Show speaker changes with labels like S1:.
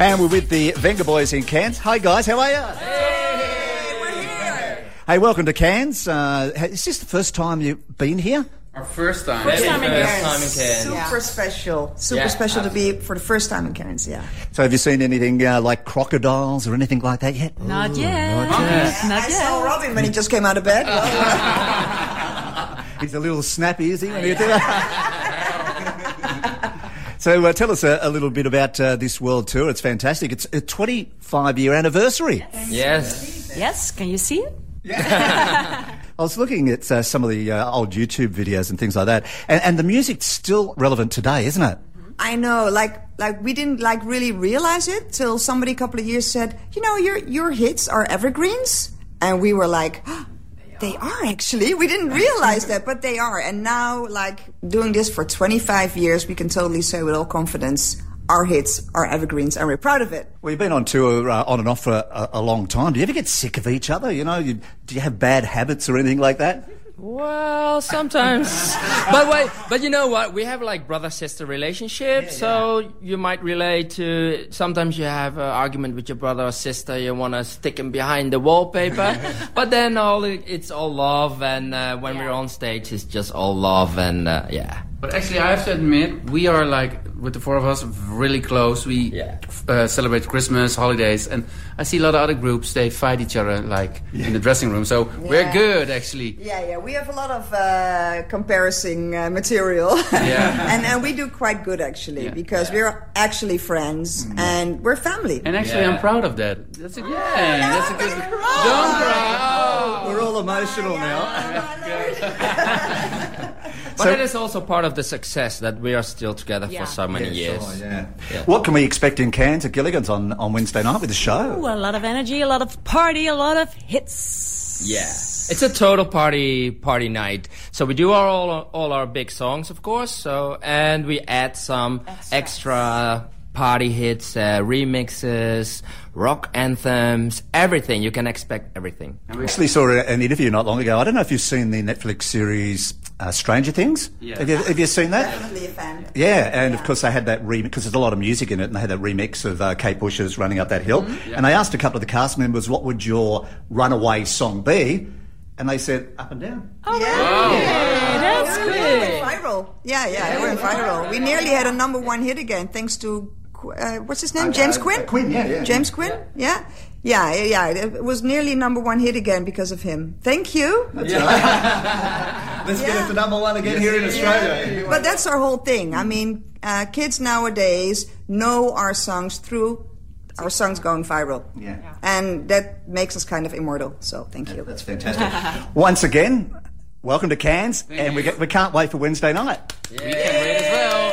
S1: And we're with the Venga Boys in Cairns. Hi guys, how are you? Hey, welcome to Cairns. Uh, ha- is this the first time you've been here?
S2: Our first time.
S3: First time in
S2: First
S3: Cairns.
S2: time in Cairns.
S4: Super special. Super
S2: Yeah,
S4: special to be for the first time in Cairns, yeah.
S1: So have you seen anything uh, like crocodiles or anything like that yet?
S3: Not yet.
S4: I saw Robin when he just came out of bed.
S3: Uh-huh.
S1: He's a little snappy, is he? When he so uh, tell us a, a little bit about uh, this world tour. It's fantastic. It's a 25 year anniversary.
S2: Yes.
S3: Yes, can you see it?
S1: I was looking at uh, some of the uh, old YouTube videos and things like that, and, and the music's still relevant today, isn't it?
S4: I know, like like we didn't like really realize it till somebody a couple of years said, you know, your your hits are evergreens, and we were like. They are actually. We didn't realize that, but they are. And now, like doing this for 25 years, we can totally say with all confidence, our hits are evergreens, and we're proud of it.
S1: Well, you've been on tour uh, on and off for a, a long time. Do you ever get sick of each other? You know, you, do you have bad habits or anything like that?
S2: Well, sometimes. but wait, but you know what? We have like brother sister relationship, so you might relate to. Sometimes you have an argument with your brother or sister. You want to stick him behind the wallpaper, but then all it- it's all love, and uh, when we're on stage, it's just all love, and uh, yeah. But actually, I have to admit, we are like with the four of us really close. We uh, celebrate Christmas, holidays, and I see a lot of other groups. They fight each other like in the dressing room. So we're
S4: Yeah.
S2: good, actually.
S4: Yeah, yeah, we have a lot of uh, comparing uh, material,
S2: Yeah.
S4: and and we do quite good actually
S2: Yeah.
S4: because we're actually friends and we're family.
S2: And actually, I'm proud of that. That's a good thing. That's a good.
S4: don't
S2: Don't
S4: cry.
S2: cry.
S1: We're all emotional now.
S2: But that is also part of the success that we are still together
S3: Yeah.
S2: for so many years.
S1: Oh, What can we expect in Cairns at Gilligan's on, on Wednesday night with the show?
S3: Ooh, a lot of energy, a lot of party, a lot of hits.
S2: Yeah. It's a total party party night. So we do our all all our big songs, of course. So and we add some extra party hits, uh, remixes, rock anthems, everything. You can expect everything.
S1: We actually saw a- an interview not long ago. I don't know if you've seen the Netflix series uh, Stranger Things.
S2: Yeah.
S1: Have, you, have you seen that?
S4: Definitely a fan.
S1: Yeah, and of course they had that remix because there's a lot of music in it, and they had that remix of uh, Kate Bush's "Running Up That Hill." And they asked a couple of the cast members, "What would your runaway song be?" And they said, "Up and Down."
S4: Oh,
S3: That's
S4: Yeah,
S3: good.
S4: we went Oh, viral. Yeah, yeah, it went viral. We nearly had a number one hit again, thanks to Qu- uh, what's his name, James
S1: uh,
S4: Quinn.
S1: Quinn, yeah, yeah.
S4: James Quinn, yeah. Yeah, yeah, yeah, it was nearly number one hit again because of him. Thank you.
S1: Let's
S4: get Yeah. it to
S1: number one again here in Australia.
S4: But that's our whole thing. I mean, uh, kids nowadays know our songs through our songs going viral.
S1: Yeah. Yeah.
S4: And that makes us kind of immortal. So thank you.
S1: That's fantastic. Once again, welcome to Cairns, and we, get, we can't wait for Wednesday night.
S2: We can wait as well.